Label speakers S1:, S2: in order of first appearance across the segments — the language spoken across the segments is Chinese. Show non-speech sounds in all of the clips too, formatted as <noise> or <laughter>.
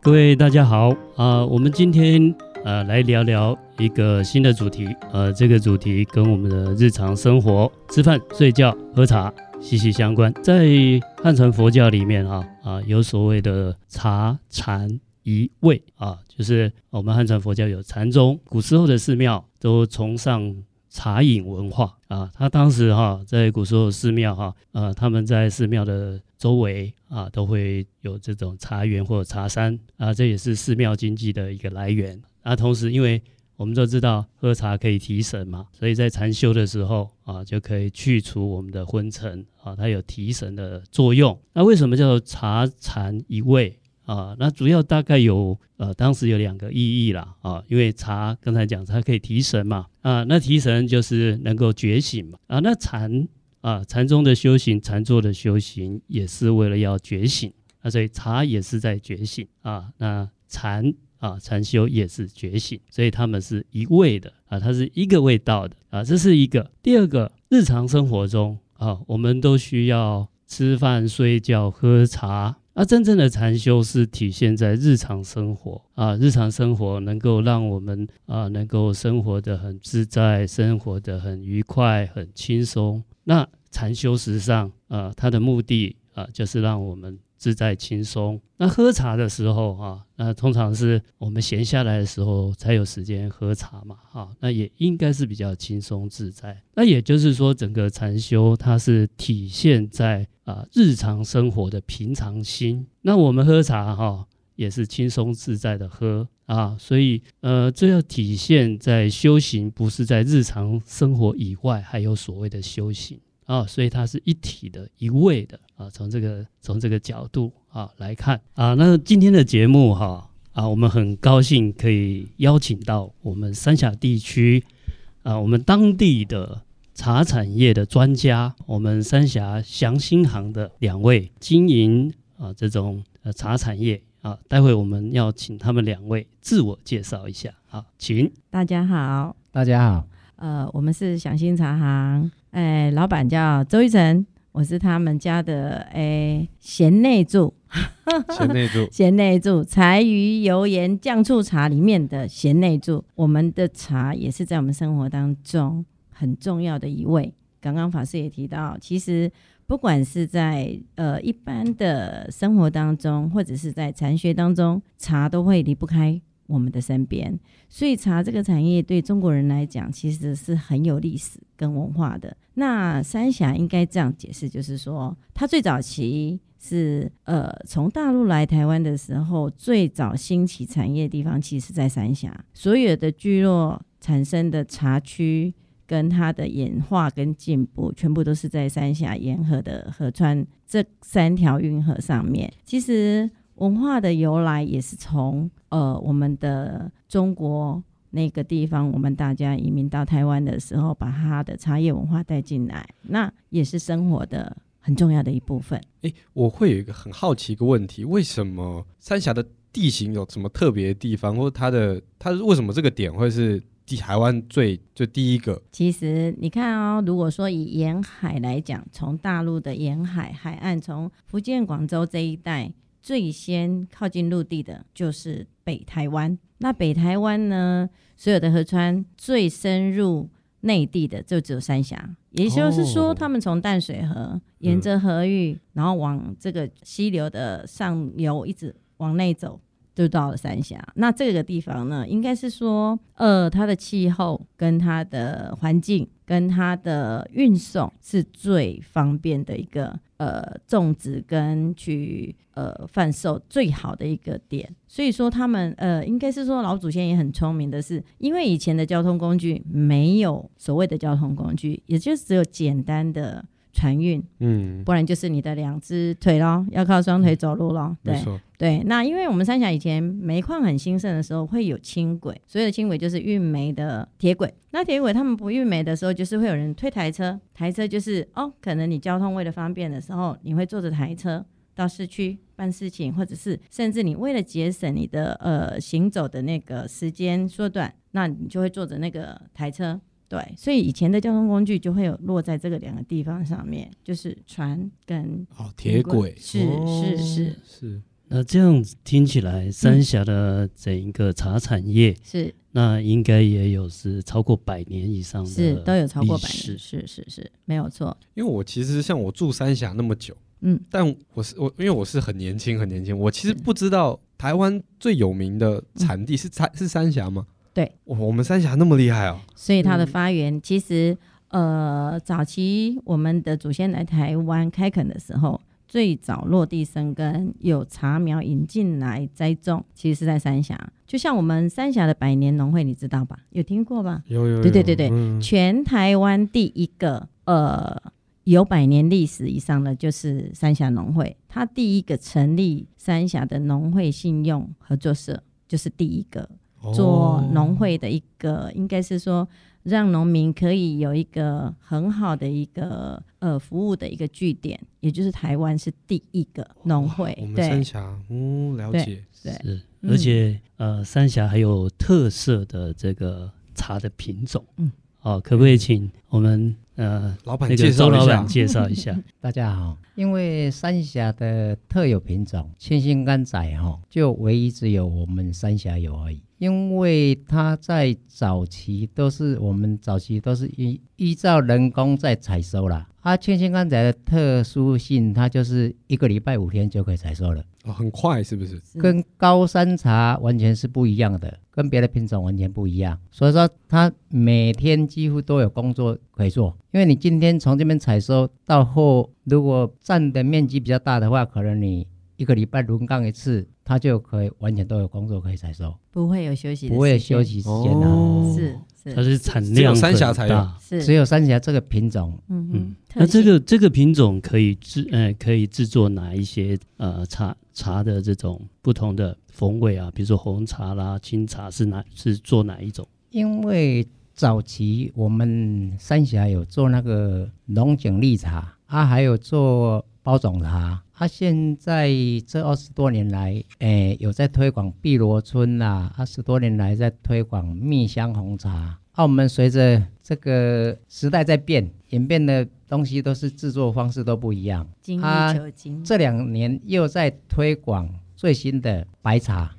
S1: 各位大家好啊、我们今天呃来聊聊一个新的主题，呃，这个主题跟我们的日常生活、吃饭、睡觉、喝茶息息相关。在汉传佛教里面啊啊、有所谓的茶禅一味啊，就是我们汉传佛教有禅宗，古时候的寺庙都崇尚茶饮文化啊。他当时哈、在古时候寺庙哈、呃，他们在寺庙的周围啊，都会有这种茶园或者茶山啊，这也是寺庙经济的一个来源。啊，同时因为我们都知道喝茶可以提神嘛，所以在禅修的时候啊，就可以去除我们的昏沉啊，它有提神的作用。那为什么叫做茶禅一味？啊，那主要大概有呃，当时有两个意义啦啊，因为茶刚才讲它可以提神嘛啊，那提神就是能够觉醒嘛啊，那禅啊禅宗的修行，禅坐的修行也是为了要觉醒，那所以茶也是在觉醒啊，那禅啊禅修也是觉醒，所以他们是一味的啊，它是一个味道的啊，这是一个。第二个，日常生活中啊，我们都需要吃饭、睡觉、喝茶。啊，真正的禅修是体现在日常生活啊，日常生活能够让我们啊，能够生活的很自在，生活的很愉快、很轻松。那禅修实际上，呃，它的目的啊、呃就是让我们自在轻松。那喝茶的时候啊，那通常是我们闲下来的时候才有时间喝茶嘛，哈、那也应该是比较轻松自在。那也就是说，整个禅修它是体现在啊、日常生活的平常心。那我们喝茶哈、也是轻松自在的喝啊，所以呃，这要体现在修行，不是在日常生活以外，还有所谓的修行啊，所以它是一体的、一味的啊。从这个从这个角度啊来看啊，那今天的节目哈啊我们很高兴可以邀请到我们三峡地区啊，我们当地的茶产业的专家，我们三峡祥兴行的两位经营啊这种呃茶产业啊，待会我们要请他们两位自我介绍一下。好，请
S2: 大家好，
S3: 大家好，
S2: 呃，我们是享心茶行，哎，老板叫周一成，我是他们家的哎贤内助，
S3: 贤内助
S2: 贤内助，柴鱼油盐酱醋茶里面的贤内助，我们的茶也是在我们生活当中很重要的一位。刚刚法师也提到，其实不管是在呃一般的生活当中，或者是在禅学当中，茶都会离不开我们的身边。所以茶这个产业对中国人来讲，其实是很有历史跟文化的。那三峡应该这样解释，就是说，它最早期是呃从大陆来台湾的时候，最早兴起产业的地方其实是在三峡，所有的聚落产生的茶区，跟它的演化跟进步，全部都是在三峡、沿河的河川这三条运河上面。其实文化的由来也是从呃我们的中国那个地方，我们大家移民到台湾的时候，把它的茶叶文化带进来，那也是生活的很重要的一部分。
S3: 诶，我会有一个很好奇一个问题，为什么三峡的地形有什么特别的地方，或者它的它为什么这个点会是地台湾最就第一个？
S2: 其实你看哦，如果说以沿海来讲，从大陆的沿海海岸，从福建、广州这一带，最先靠近陆地的就是北台湾。那北台湾呢，所有的河川最深入内地的就只有三峡，也就是说，
S3: 哦
S2: 他们从淡水河沿着河域，然后往这个溪流的上游一直往内走，就到了三峡。那这个地方呢，应该是说，呃，它的气候跟它的环境跟它的运送是最方便的一个呃种植跟去呃贩售最好的一个点。所以说他们呃，应该是说老祖先也很聪明的是，因为以前的交通工具没有所谓的交通工具，也就只有简单的船运，
S3: 嗯，
S2: 不然就是你的两只腿咯，要靠双腿走路咯。对
S3: 没，错，
S2: 对，那因为我们三峡以前煤矿很兴盛的时候会有轻轨，所有的轻轨就是运煤的铁轨。那铁轨他们不运煤的时候，就是会有人推台车，台车就是哦，可能你交通为了方便的时候，你会坐着台车到市区办事情，或者是甚至你为了节省你的呃行走的那个时间缩短，那你就会坐着那个台车。对，所以以前的交通工具就会有落在这个两个地方上面，就是船跟
S3: 哦，铁轨
S2: 是是是
S3: 是，
S1: 呃，这样听起来，三峡的整一个茶产业，
S2: 是
S1: 那应该也有是超过百年以上的，
S2: 是都有超过百
S1: 历史
S2: 年，是是是，没有错，
S3: 因为我其实像我住三峡那么久，
S2: 嗯，
S3: 但我是我，因为我是很年轻很年轻，我其实不知道台湾最有名的产地是三、是三峡吗？
S2: 嗯对
S3: 哇，我们三峡那么厉害哦，
S2: 所以它的
S1: 嗯
S2: 发源其实，呃，早期我们的祖先来台湾开垦的时候，最早落地生根，有茶苗引进来栽种，其实是在三峡。就像我们三峡的百年农会，你知道吧？有听过吧？
S3: 有有
S2: 对对对对
S3: 嗯
S2: 全台湾第一个呃有百年历史以上的就是三峡农会，它第一个成立三峡的农会信用合作社，就是第一个
S3: 哦
S2: 做农会的一个，应该是说让农民可以有一个很好的一个呃服务的一个据点，也就是台湾是第一个农会
S3: 哦我，们三
S2: 对
S3: 峡，嗯，了
S2: 对
S3: 解，
S2: 对，
S1: 是，
S2: 嗯
S1: 而且呃，三峡还有特色的这个茶的品种，
S2: 嗯，
S1: 哦，可不可以请我们呃
S3: 老板
S1: 那
S3: 介
S1: 个周
S3: 绍一
S1: 老
S3: 下
S1: 板，介绍一下？
S4: <laughs> 大家好，因为三峡的特有品种千辛甘仔哈、就唯一只有我们三峡有而已。因为它在早期都是我们早期都是依依照人工在采收啦。啊，千辛甘仔的特殊性，它就是一个礼拜五天就可以采收了，
S3: 哦很快是不是？
S2: 是
S4: 跟高山茶完全是不一样的，跟别的品种完全不一样。所以说，它每天几乎都有工作可以做，因为你今天从这边采收到后，如果占的面积比较大的话，可能你一个礼拜轮岗一次，它就可以完全都有工作可以采收，
S2: 不会有休息，
S4: 不会有休，息时间的、
S3: 哦
S2: 是 <laughs> 是
S1: 它是产
S3: 只
S1: 量
S3: 有三峡
S1: 很
S3: 才有
S1: 大，
S2: 是，
S4: 只有三峡这个品种，
S1: 嗯
S2: 嗯哼，
S1: 那
S2: 特
S1: 这
S2: 性
S1: 个这个品种可以制呃可以制作哪一些呃茶茶的这种不同的风味啊？比如说红茶啦、青茶是哪是做哪一种？
S4: 因为早期我们三峡有做那个龙井绿茶啊，还有做包种茶。啊，现在这二十多年来，诶，有在推广碧螺春啦、二十多年来在推广蜜香红茶。啊，我们随着这个时代在变，演变的东西都是制作方式都不一样。
S2: 精益
S4: 啊
S2: 求精，
S4: 这两年又在推广最新的白茶，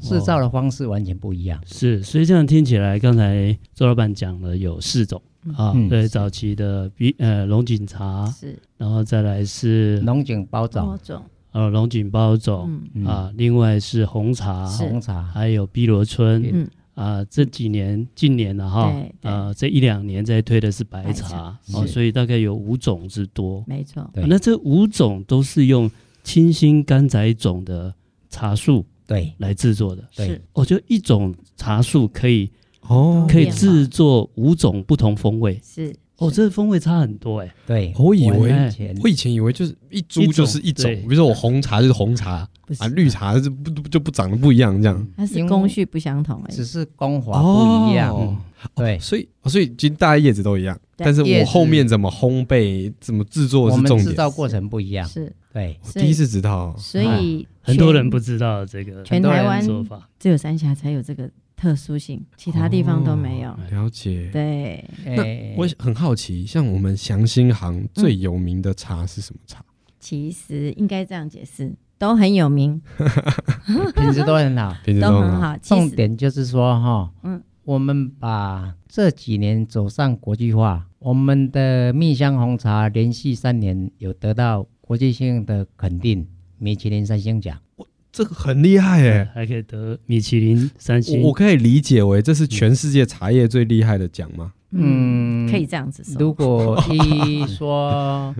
S4: 制造的方式完全不一样。
S1: 是，所以这样听起来，刚才周老板讲了有四种啊，
S4: 嗯
S1: 对，早期的比呃龙井茶，
S2: 是
S1: 然后再来是
S4: 龙井包种
S2: 多、种，
S1: 呃龙井包种、
S2: 嗯
S4: 嗯
S1: 啊，另外是红茶，
S2: 是
S4: 红茶，
S1: 还有碧螺春
S2: 嗯，
S1: 啊，这几年近年了
S4: 哦
S1: 哈
S2: 对，对
S4: 啊
S1: 呃这一两年在推的是白
S2: 白
S1: 茶
S2: 茶
S1: 哦，
S4: 是
S1: 所以大概有五种之多。
S2: 没错，
S4: 对
S1: 啊那这五种都是用清新甘仔种的茶树
S4: 对
S1: 来制作的，
S4: 对
S2: 是
S1: 哦，就一种茶树可以
S3: 哦
S1: 可以
S2: 变化
S1: 制作五种不同风味。
S2: 是
S1: 哦，
S2: 是
S1: 这风味差很多哎、
S4: 对，
S3: 我以为
S4: 完
S2: 哎
S4: 全
S3: 我以前以为就是一株就是
S1: 一
S3: 一种，
S1: 种对
S3: 比如说我红茶就是红茶
S2: 不是
S3: 啊，绿茶是不不就不长得不一样这样。
S2: 它是
S4: 因
S2: 工
S4: 为
S2: 序不相同而
S4: 只
S2: 已，
S4: 是光滑不一样，
S3: 哦
S4: 对。
S3: 所以所以其实大家叶子都一样，
S2: 对
S3: 但是
S4: 叶
S3: 我
S4: 子
S3: 后面怎么烘焙、怎么制作
S4: 我
S3: 是
S4: 们
S3: 重
S4: 制
S3: 点。
S4: 造过程不一样，哦
S2: 是，
S4: 对，
S3: 我
S2: 所以
S3: 第一次知道，
S2: 所以
S1: 很多
S2: 全
S1: 人不知道这个
S2: 全
S4: 多
S2: 台
S4: 人
S2: 湾
S1: 做法。
S2: 只有三峡才有这个特殊性，其他地方都没有。
S3: 了解。
S2: 对，
S4: 诶
S3: 我很好奇，像我们祥兴
S2: 嗯
S3: 行最有名的茶是什么茶？
S2: 其实应该这样解释，都很有名，
S4: 品质都很好。
S3: 平时
S2: 都
S3: 都
S2: 很
S3: 好。
S2: 好。其
S4: 重
S2: 实
S4: 点就是说哈，
S2: 嗯
S4: 嗯，我们把这几年走上国际化，我们的蜜香红茶连续三年有得到国际性的肯定，米其林三星奖。
S3: 这个很厉害
S1: 对，
S2: 嗯
S3: 耶！
S1: 还可以得米其林三星
S3: 我我可以理解为这是全世界茶叶最厉害的奖吗？
S2: 嗯，
S4: 嗯
S2: 可以这样子说，
S4: 如果一说，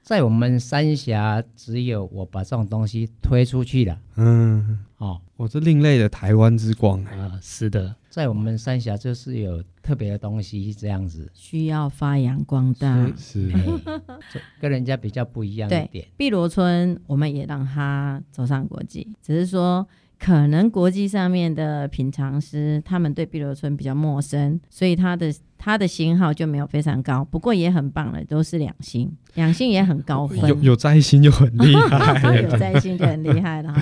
S4: 在我们三峡，只有我把这种东西推出去了，
S3: 嗯，
S4: 哦，
S3: 我这另类的台湾之光哎。
S1: 啊，是的，
S4: 在我们三峡就是有特别的东西这
S1: <laughs>
S4: 样子，
S2: 需要发扬光大。
S3: 是
S4: 哎，就跟人家比较不一样一点
S2: 对。，碧螺春我们也让它走上国际，只是说可能国际上面的品尝师他们对碧螺春比较陌生，所以它的它的星号就没有非常高，不过也很棒了，都是两星，两星也很高哎分。
S3: 有有摘星就很厉
S2: <laughs>
S3: 害
S2: 有在性就很厉害了哈。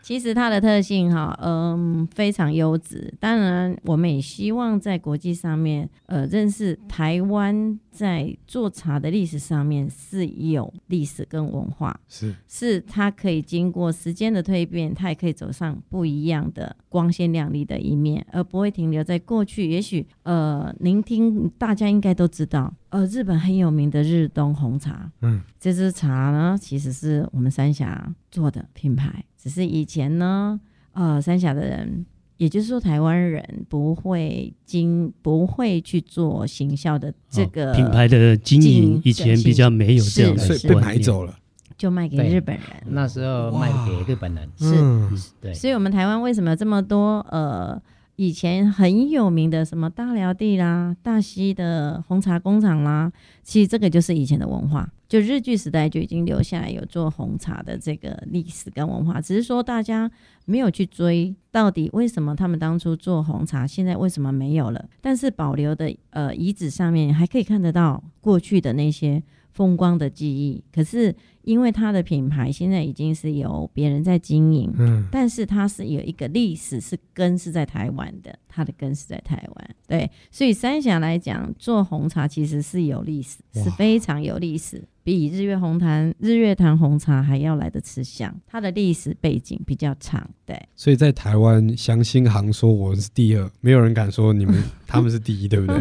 S2: 其实它的特性哈，嗯，非常优质。当然，我们也希望在国际上面，呃，认识台湾在做茶的历史上面是有历史跟文化，
S3: 是
S2: 是它可以经过时间的蜕变，它也可以走上不一样的光鲜亮丽的一面，而不会停留在过去。也许呃，您听大家应该都知道，呃，日本很有名的日东红茶，
S3: 嗯，
S2: 这支茶呢其实是我们三峡做的品牌，只是以前呢，呃，三峡的人。也就是说，台湾人不会经不会去做行销的这个、
S1: 哦品牌的经
S2: 经
S1: 营
S2: 营
S1: 以前
S2: 对
S1: 比较没有这样的
S2: 是
S3: 所以
S2: 是
S3: 被
S1: 观
S3: 买
S1: 念
S3: 走了。
S2: 就卖给
S4: 对
S2: 日本人，
S4: 那时候卖给日本人，
S2: 是
S3: 嗯
S4: 对，
S2: 所以，我们台湾为什么有这么多呃以前很有名的什么大寮地啦、大溪的红茶工厂啦，其实这个就是以前的文化，就日据时代就已经留下来有做红茶的这个历史跟文化，只是说大家没有去追到底为什么他们当初做红茶，现在为什么没有了？但是保留的呃遗址上面还可以看得到过去的那些风光的记忆，可是因为它的品牌现在已经是由别人在经营，
S3: 嗯，
S2: 但是它是有一个历史是根是在台湾的，它的根是在台湾，对，所以三峡来讲做红茶其实是有历史，嗯
S3: 哇
S2: 是非常有历史，比日月红潭日月潭红茶还要来的吃香，它的历史背景比较长，对，
S3: 所以在台湾，祥兴行说我是第二，没有人敢说你们他们是第一，对不
S2: <laughs>
S3: 对？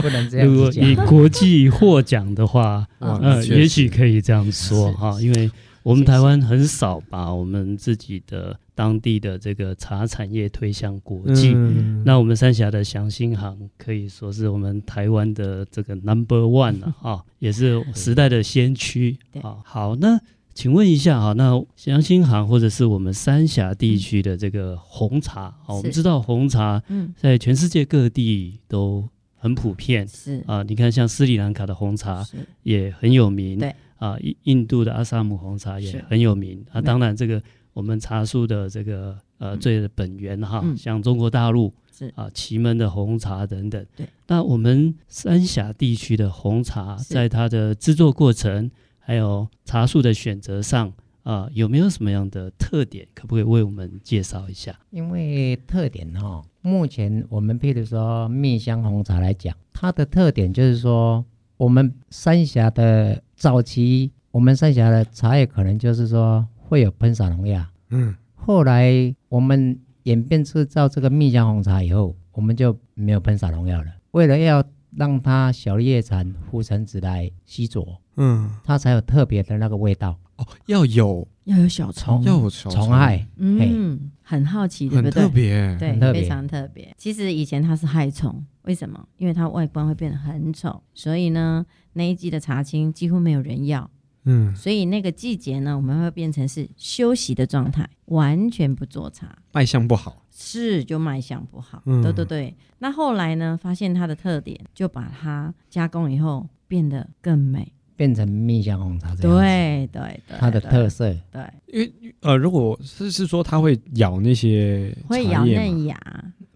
S4: 不能这
S1: 如果
S4: 样子
S1: 以
S4: 讲。
S1: 国际获奖的
S3: <laughs>
S1: 话，
S2: 嗯
S3: 哇
S1: 呃，
S3: 确实
S1: 也许可以这样说
S4: 是
S1: 哈，因为我们
S4: 谢谢
S1: 台湾很少把我们自己的当地的这个茶产业推向国际。
S3: 嗯
S1: 那我们三峡的祥兴行可以说是我们台湾的这个 number one
S2: <laughs>
S1: 了、啊、也是时代的先驱
S2: 对
S1: 啊。好，那请问一下啊，那祥兴行或者是我们三峡地区的这个红茶啊，我们
S2: 是
S1: 知道红茶
S2: 嗯，
S1: 在全世界各地都很普遍
S2: 是
S1: 啊。你看，像斯里兰卡的红茶
S2: 是
S1: 也很有名，
S2: 对
S1: 啊，印印度的阿萨姆红茶也
S2: 是
S1: 很有名啊。
S2: 嗯
S1: 当然，这个我们茶树的这个呃最的本源哈，
S2: 嗯
S1: 像中国大陆
S2: 是
S1: 啊，祁门的红茶等等。
S2: 对，
S1: 那我们三峡地区的红茶，
S2: 是
S1: 在它的制作过程还有茶树的选择上啊，有没有什么样的特点？可不可以为我们介绍一下？
S4: 因为特点哈、哦，目前我们譬如说蜜香红茶来讲，它的特点就是说，我们三峡的早期，我们三峡的茶叶可能就是说会有喷洒农药，
S3: 嗯，
S4: 后来我们演变制造这个蜜香红茶以后，我们就没有喷洒农药了。为了要让它小叶产护城子来吸着，
S3: 嗯，
S4: 它才有特别的那个味道。
S3: 哦，要有
S2: 要有小虫，
S4: 虫
S3: 要有虫
S4: 虫害，
S2: 嗯，很好奇，嗯对
S3: 很
S2: 不
S3: 特
S2: 对？
S3: 别，
S2: 对
S4: 很，特别
S2: 非常特别。其实以前它是害虫，为什么？因为它外观会变得很丑，所以呢，那一季的茶青几乎没有人要。
S3: 嗯，
S2: 所以那个季节呢，我们会变成是休息的状态，完全不做茶，
S3: 卖相不好，
S2: 是就卖相不好。
S3: 嗯
S2: 对对对。那后来呢，发现它的特点，就把它加工以后变得更美。
S4: 变成蜜香红茶这样子，
S2: 对对对，
S4: 它的
S2: 对
S4: 特色。
S2: 对
S3: 因为呃，如果是是说它会咬那些
S2: 会
S3: 茶
S2: 咬
S3: 叶嘛，
S2: 嫩芽，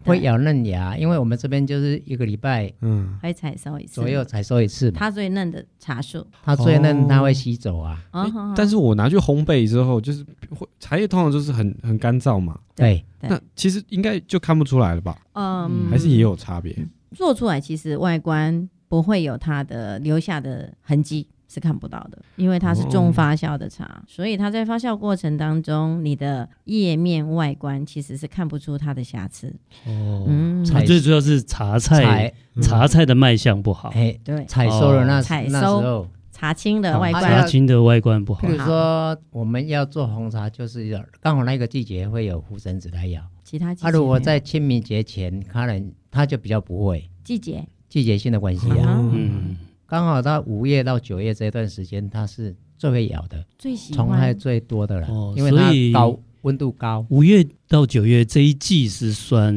S4: 会
S2: 对，
S4: 咬嫩芽，因为我们这边就是一个礼拜
S3: 嗯，
S2: 会采收一次
S4: 左右采收一次嘛，
S2: 它最嫩的茶树。
S4: 它最嫩
S3: 哦
S4: 它会吸走啊。
S2: 啊
S3: 诶
S2: 哈哈
S3: 但是我拿去烘焙之后，就是会茶叶通常就是很很干燥嘛，
S4: 对，
S2: 对
S3: 那其实应该就看不出来了吧？
S2: 嗯，
S3: 还是也有差别？
S2: 做出来，其实外观不会有它的留下的痕迹。是看不到的，因为它是重发酵的茶，所以它在发酵过程当中，你的页面外观其实是看不出它的瑕疵。
S1: 哦
S2: 嗯，
S1: 它
S4: 菜
S1: 最主要是茶菜哦
S4: 采
S1: 茶菜的卖相不好，
S4: 哎
S2: 对，
S4: 采收了那
S2: 哦采收
S4: 那时候，
S2: 茶青的外
S4: 它
S1: 茶
S4: 要
S2: 观，
S1: 青的外观不好
S4: 譬。如说我们要做红茶，就是要刚好那个季节会有胡神子来咬。
S2: 其他季
S4: 它
S2: 节
S4: 如果
S2: 没有
S4: 在清明节前，可能它就比较不会
S2: 季节，
S4: 季节性的关系啊。
S2: 啊，
S1: 嗯，
S4: 刚好到五月到九月这段时间，它是最会咬的，
S2: 最喜
S4: 虫害
S2: 欢
S4: 最多的了
S1: 哦，
S4: 因为
S1: 所以
S4: 它高温度高，
S1: 五月到九月这一季是算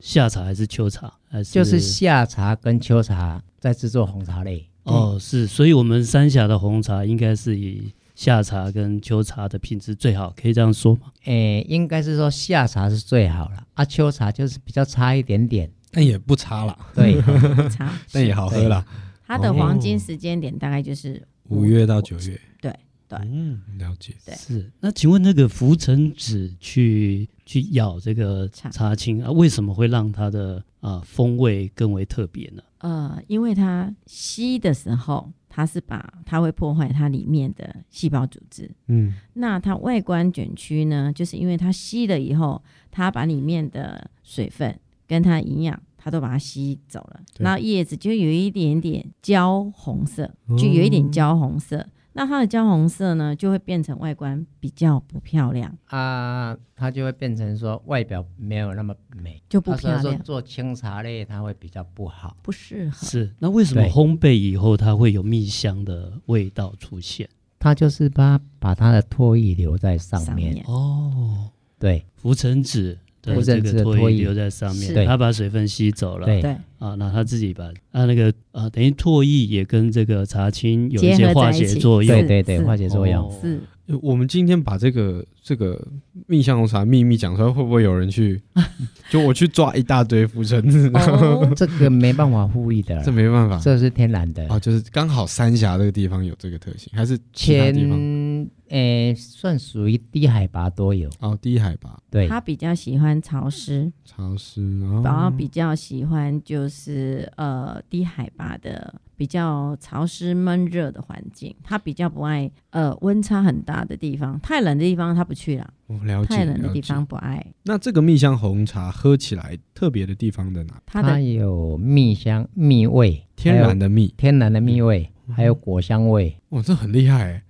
S1: 夏茶还是秋茶？还是
S4: 就是夏茶跟秋茶在制作红茶类。
S1: 哦，是，所以我们三峡的红茶应该是以夏茶跟秋茶的品质最好，可以这样说吗？
S4: 诶，应该是说夏茶是最好了，啊，秋茶就是比较差一点点。
S3: 但也不差啦，
S4: 对，
S2: 不差。
S3: 但也好喝啦。
S2: 它的黄金时间点大概就是
S3: 五月到九月，
S2: 对
S1: 嗯，
S3: 了解。
S2: 对
S1: 是。那请问那个浮尘纸去去咬这个
S2: 茶
S1: 茶青啊，为什么会让它的啊、风味更为特别呢？
S2: 呃，因为它吸的时候，它是把它会破坏它里面的细胞组织。
S3: 嗯，
S2: 那它外观卷曲呢，就是因为它吸了以后，它把里面的水分跟它营养，它都把它吸走了，
S3: 对
S2: 然后叶子就有一点点焦红色，
S3: 哦
S2: 就有一点焦红色。那它的焦红色呢，就会变成外观比较不漂亮，
S4: 啊，它就会变成说外表没有那么美，
S2: 就不
S4: 啊所以
S2: 漂
S4: 说
S2: 亮，
S4: 做清茶类它会比较不好。
S2: 不适合。
S1: 是。那为什么
S4: 对
S1: 烘焙以后它会有蜜香的味道出现？
S4: 它就是把把它的唾液留在上面，
S2: 上面
S1: 哦，
S4: 对
S1: 浮尘纸的
S4: 浮
S1: 这
S4: 尘纸
S1: 个
S4: 的
S1: 唾
S4: 唾
S1: 液
S4: 液
S1: 留在上面，
S4: 是
S1: 它把水分吸走了。
S4: 对
S2: 对，
S1: 啊，那它自己把啊那个啊，等于唾液也跟这个茶青有一
S2: 结
S1: 些
S2: 合在
S1: 化
S2: 一
S1: 学
S2: 起
S1: 作用
S4: 对
S2: 是。
S4: 对 <laughs> 对，化学作用。
S1: 哦
S2: 是
S3: 呃我们今天把这个这个蜜香红茶秘密讲出来，会不会有人 <laughs> 去？就我去抓一大堆浮尘子，
S2: 哦，
S4: 这个没办法复议的
S3: <laughs> 这
S4: 啦，
S3: 没办法
S4: 这是天然的。
S3: 啊，就是刚好三峡这个地方有这个特性，还是其他地方？
S4: 前诶，算属于低海拔多有，
S3: 哦，低海拔
S4: 对，
S2: 他比较喜欢潮湿，
S3: 潮湿，哦然后
S2: 然后比较喜欢就是呃低海拔的比较潮湿闷热的环境，他比较不爱呃温差很大的地方，太冷的地方他不去了，
S3: 哦了解
S2: 太冷的
S3: 了
S2: 地
S3: 解
S2: 方不爱。
S3: 那这个蜜香红茶喝起来特别的地方在哪？
S2: 他
S4: 它
S2: 的
S4: 有蜜香、蜜味，
S3: 天
S4: 还
S3: 然
S4: 有
S3: 的嗯蜜，
S4: 天然的蜜味，还有果香味，
S3: 哇，这很厉害欸！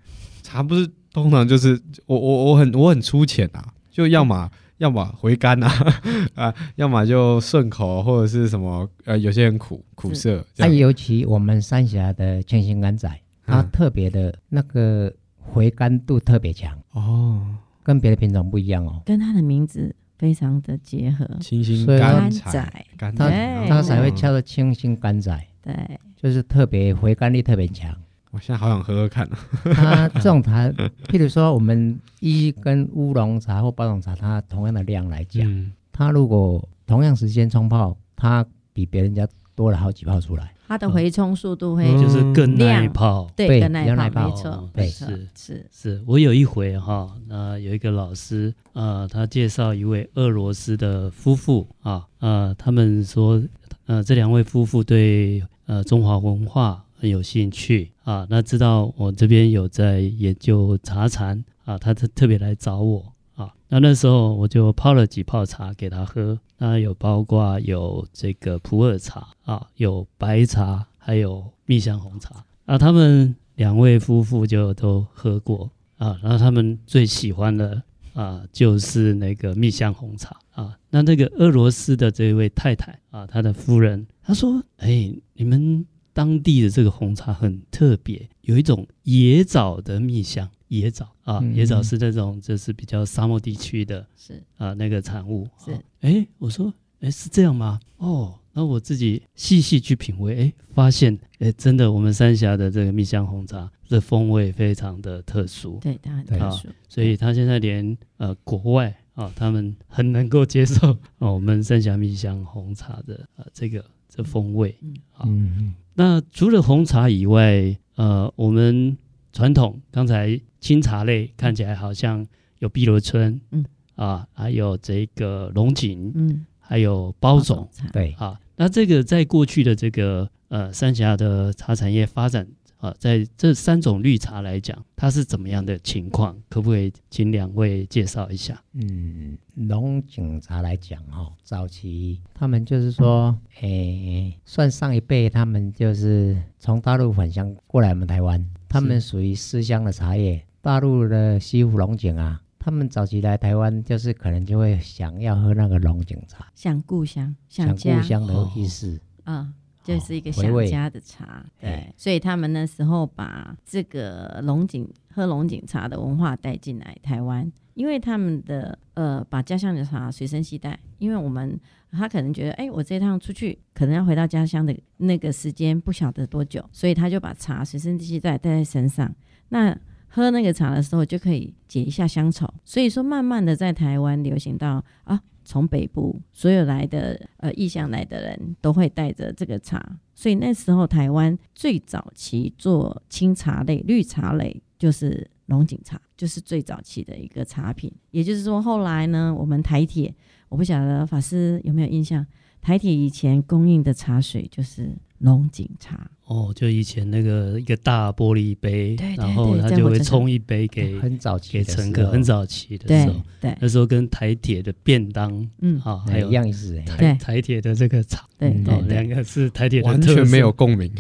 S3: 茶不是通常就是我我我很我很粗浅啊，就要么要么回甘啊 <laughs> 啊，要么就顺口啊或者是什么呃，有些人苦苦涩这
S4: 它、
S3: 样。
S4: 啊尤其我们三峡的千星甘仔，它
S3: 嗯
S4: 特别的那个回甘度特别强，
S3: 哦，
S4: 跟别的品种不一样哦。
S2: 跟他的名字非常的结合，
S3: 清新
S4: 所以
S3: 甘
S2: 甘
S3: 茶，
S2: 仔，
S3: 甘
S4: 它
S3: 茶，
S4: 它才会
S3: 哦
S4: 叫。做千星甘仔，
S2: 对，
S4: 就是特别回甘力特别强。
S3: 我现在好想喝喝看啊！
S4: 它这种茶，譬如说我们一跟乌龙茶或包种茶，它同样的量来讲，
S1: 嗯，
S4: 它如果同样时间冲泡，它比别人家多了好几泡出来。
S2: 他的回冲速度会、
S3: 嗯
S1: 就是更耐
S2: 量
S1: 泡。
S2: 对
S4: 对
S2: 跟耐
S4: 比较耐
S2: 泡，
S1: 泡
S2: 没错
S1: 哦，
S2: 没
S4: 对
S2: 错
S1: 是
S2: 是
S1: 是我有一回哈，那有一个老师，呃，他介绍一位俄罗斯的夫妇啊，呃，他们说，呃，这两位夫妇对呃中华文化很有兴趣啊，那知道我这边有在研究茶禅啊，他特特别来找我啊，那那时候我就泡了几泡茶给他喝，那有包括有这个普洱茶啊，有白茶，还有蜜香红茶啊，他们两位夫妇就都喝过啊，然后他们最喜欢的啊就是那个蜜香红茶啊。那那个俄罗斯的这位太太啊，她的夫人她说：“哎，你们当地的这个红茶很特别，有一种野枣的蜜香，野枣啊，
S4: 嗯
S1: 野枣是那种就是比较沙漠地区的
S2: 是，
S1: 啊那个产物。
S2: 是
S1: 啊，哎，我说，哎，是这样吗？哦，那我自己细细去品味，哎，发现，哎，真的，我们三峡的这个蜜香红茶的风味非常的特殊，
S2: 对他很
S4: 对
S2: 特
S1: 啊
S2: 殊，
S1: 所以它现在连呃国外啊，他们很能够接受哦，我们三峡蜜香红茶的呃这个这风味。
S2: 嗯
S1: 好
S4: 嗯，
S1: 那除了红茶以外，呃，我们传统刚才清茶类看起来好像有碧螺春，
S2: 嗯
S1: 啊，还有这个龙井，
S2: 嗯，
S1: 还有包种
S2: 茶
S4: 对，
S1: 啊。那这个在过去的这个呃三峡的茶产业发展啊，在这三种绿茶来讲，它是怎么样的情况？可不可以请两位介绍一下？
S4: 嗯，龙井茶来讲哦，早期他们就是说，
S1: 嗯
S4: 诶、算上一辈，他们就是从大陆返乡过来我们台湾，他们属于思乡的茶叶。大陆的西湖龙井啊，他们早期来台湾就是可能就会想要喝那个龙井茶，
S2: 想故乡，
S4: 想
S2: 家
S4: 故乡的意思。
S2: 啊、这是一个
S4: 哦回
S2: 想
S4: 味
S2: 家的茶，对
S4: 哎，
S2: 所以他们那时候把这个龙井喝龙井茶的文化带进来台湾，因为他们的呃把家乡的茶随身携带，因为我们他可能觉得，哎，我这趟出去可能要回到家乡的那个时间不晓得多久，所以他就把茶随身携带带在身上，那。喝那个茶的时候就可以解一下乡愁，所以说慢慢的在台湾流行到啊，从北部所有来的呃异乡来的人都会带着这个茶，所以那时候台湾最早期做青茶类、绿茶类就是龙井茶，就是最早期的一个茶品。也就是说，后来呢，我们台铁，我不晓得法师有没有印象，台铁以前供应的茶水就是龙井茶，
S1: 哦，就以前那个一个大玻璃杯，
S2: 对对
S1: 然后
S2: 对
S1: 他
S2: 在
S1: 就
S2: 火
S1: 会
S2: 车上
S1: 冲一杯给
S4: 很早期
S1: 哦给
S4: 的时候
S1: 乘客，很早期的时
S2: 对
S4: 哦
S1: 候，
S2: 对，
S1: 那时候跟台铁的便当
S2: 嗯，
S1: 啊，
S4: 哎
S1: 还
S4: 一
S1: 有
S4: 样意思哎。
S1: 台
S2: 对
S1: 台铁的这个茶，
S2: 对
S4: 嗯
S2: 对
S1: 哦，
S2: 对
S1: 两个是台铁的
S3: 完
S1: 特
S3: 全
S1: 色
S3: 没有，
S1: <laughs>
S3: 共鸣。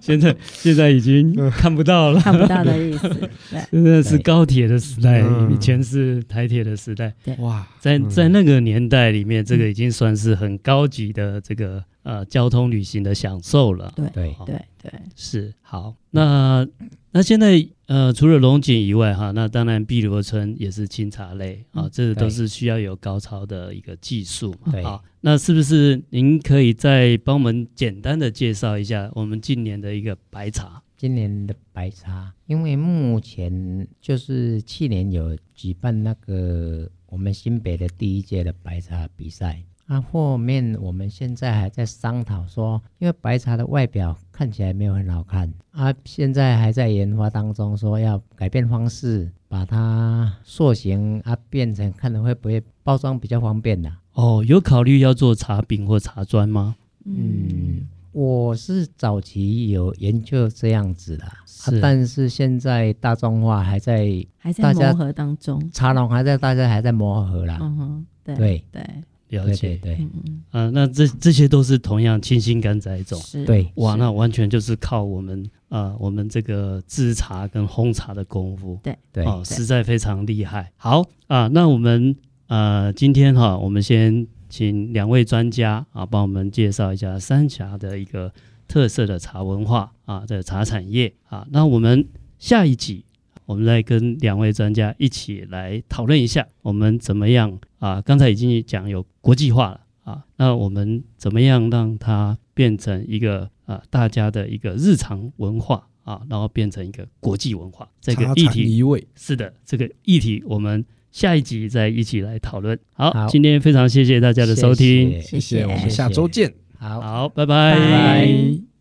S1: 现在现在已 <laughs> 经看不到了。
S2: 看不到的意
S4: <laughs>
S2: 思，对
S1: 真的
S4: 哎
S1: 是高铁的时代，
S3: 嗯
S1: 以前是台铁的时代，
S3: 哇，
S1: 在
S3: 嗯
S1: 在那个年代里面，这个已经算是很高级的这个呃交通旅行的享受了。哦
S2: 对
S4: 对，
S2: 对对，
S1: 是好，那那现在呃，除了龙井以外哈，那当然碧螺春也是清茶类啊，
S2: 嗯
S1: 这都
S4: 对
S1: 是需要有高超的一个技术嘛。
S4: 对
S1: 好，那是不是您可以再帮我们简单的介绍一下我们近年的一个白茶？
S4: 今年的白茶，因为目前就是去年有举办那个我们新北的第一届的白茶比赛，啊，后面我们现在还在商讨说，因为白茶的外表看起来没有很好看啊，现在还在研发当中，说要改变方式，把它塑形啊，变成看着会不会包装比较方便啊呐、
S1: 哦，有考虑要做茶饼或茶砖吗？
S4: 嗯，我是早期有研究这样子的，
S1: 是
S4: 啊、但是现在大众化还在
S2: 还在
S4: 大家
S2: 磨合当中，
S4: 茶农还在大家还在磨合
S1: 哦
S4: 啦。
S2: 嗯哼，对
S4: 对
S2: 对，
S1: 了
S4: 对对
S1: 解，
S4: 对
S2: 嗯嗯，
S1: 啊、那这这些都是同样清新甘蔗种。
S2: 是，
S4: 对，
S1: 哇，
S2: 是
S1: 那完全就是靠我们啊、呃我们这个制茶跟烘茶的功夫。
S4: 对，
S1: 哦，
S2: 对
S1: 实在非常厉害。好啊，那我们呃，今天哈，我们先请两位专家啊，帮我们介绍一下三峡的一个特色的茶文化啊的茶产业啊。那我们下一集，我们再跟两位专家一起来讨论一下，我们怎么样啊？刚才已经讲有国际化了啊，那我们怎么样让它变成一个啊大家的一个日常文化？啊，然后变成一个国际文化，这个
S3: 茶
S1: 议
S3: 产
S1: 题
S3: 一味，
S1: 是的，这个议题我们下一集再一起来讨论。好，
S4: 好
S1: 今天非常谢谢大家的收听，
S4: 谢谢
S3: 谢谢，我们
S2: 谢
S3: 下周见。
S4: 好。
S1: 好，
S2: 拜
S1: 拜
S2: 拜。